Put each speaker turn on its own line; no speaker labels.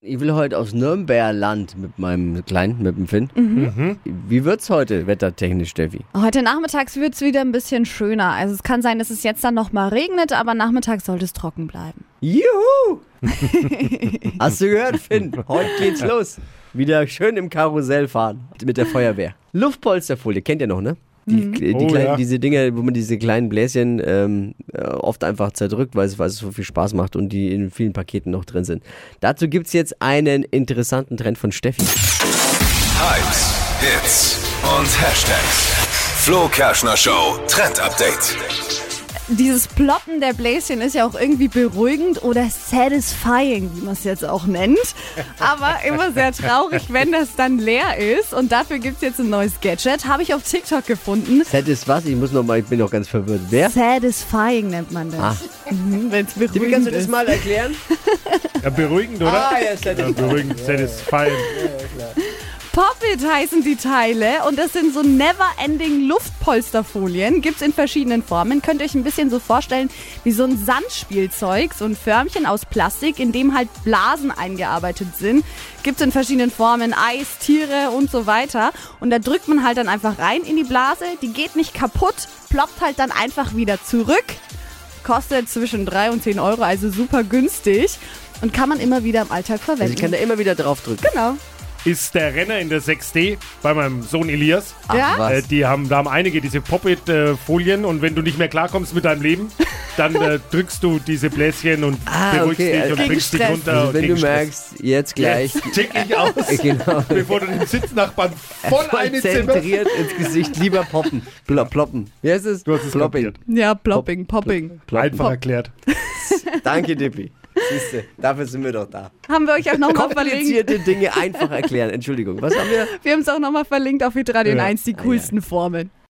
Ich will heute aus Nürnbergland mit meinem Kleinen, mit dem Finn.
Mhm.
Wie wird's heute wettertechnisch, Steffi?
Heute nachmittags wird es wieder ein bisschen schöner. Also es kann sein, dass es jetzt dann nochmal regnet, aber nachmittags sollte es trocken bleiben.
Juhu! Hast du gehört, Finn? Heute geht's los. Wieder schön im Karussell fahren mit der Feuerwehr. Luftpolsterfolie, kennt ihr noch, ne? Die, die
Oh,
kleinen,
ja.
Diese Dinger, wo man diese kleinen Bläschen ähm, äh, oft einfach zerdrückt, weil es, weil es so viel Spaß macht und die in vielen Paketen noch drin sind. Dazu gibt's jetzt einen interessanten Trend von Steffi.
Hypes, Hits und Hashtags. Flo Kerschner Show Trend Update.
Dieses Ploppen der Bläschen ist ja auch irgendwie beruhigend oder satisfying, wie man es jetzt auch nennt. Aber immer sehr traurig, wenn das dann leer ist. Und dafür gibt es jetzt ein neues Gadget. Habe ich auf TikTok gefunden.
Set ist was? Ich muss noch mal, ich bin noch ganz verwirrt. Wer?
Satisfying nennt man das.
Ah.
Mhm, Wenn es
Wie
beruhigend
kannst du das
ist.
mal erklären?
Ja, beruhigend, oder?
Ah, ja, Set
Ja, beruhigend, satisfying.
Pop-It heißen die Teile und das sind so never-ending Luftpolsterfolien. Gibt's in verschiedenen Formen. Könnt ihr euch ein bisschen so vorstellen wie so ein Sandspielzeug, so ein Förmchen aus Plastik, in dem halt Blasen eingearbeitet sind. Gibt's in verschiedenen Formen Eis, Tiere und so weiter. Und da drückt man halt dann einfach rein in die Blase. Die geht nicht kaputt, ploppt halt dann einfach wieder zurück. Kostet zwischen 3 und 10 Euro, also super günstig. Und kann man immer wieder im Alltag
Also ich kann
verwenden.
da immer wieder drauf drücken.
genau.
Ist der Renner in der 6D bei meinem Sohn Elias.
Ja?
Ah, Was?
Äh, die haben, da haben einige diese Pop-It-Folien und wenn du nicht mehr klarkommst mit deinem Leben, dann äh, drückst du diese Bläschen und
Ah,
beruhigst
okay,
dich
also-
und
Gegen
bringst dich
Stress.
runter.
also
und
wenn du
gegen Stress.
merkst, jetzt gleich.
Jetzt tick ich aus,
Genau.
bevor du den Sitznachbarn voll eine Zimmer.
Konzentriert ins Gesicht, lieber poppen. Pl ploppen. Wie heißt es?
Du hast es
Plopping.
kapiert.
Ja, plopping, popping.
Ploppen.
Einfach erklärt.
Danke, Dippi. Siehste, dafür sind wir doch da.
Haben wir euch auch nochmal verlinkt.
Komplizierte Dinge einfach erklären. Entschuldigung. Was haben wir?
Wir haben es auch nochmal verlinkt auf hitradio
Ja.
1, die coolsten Formen.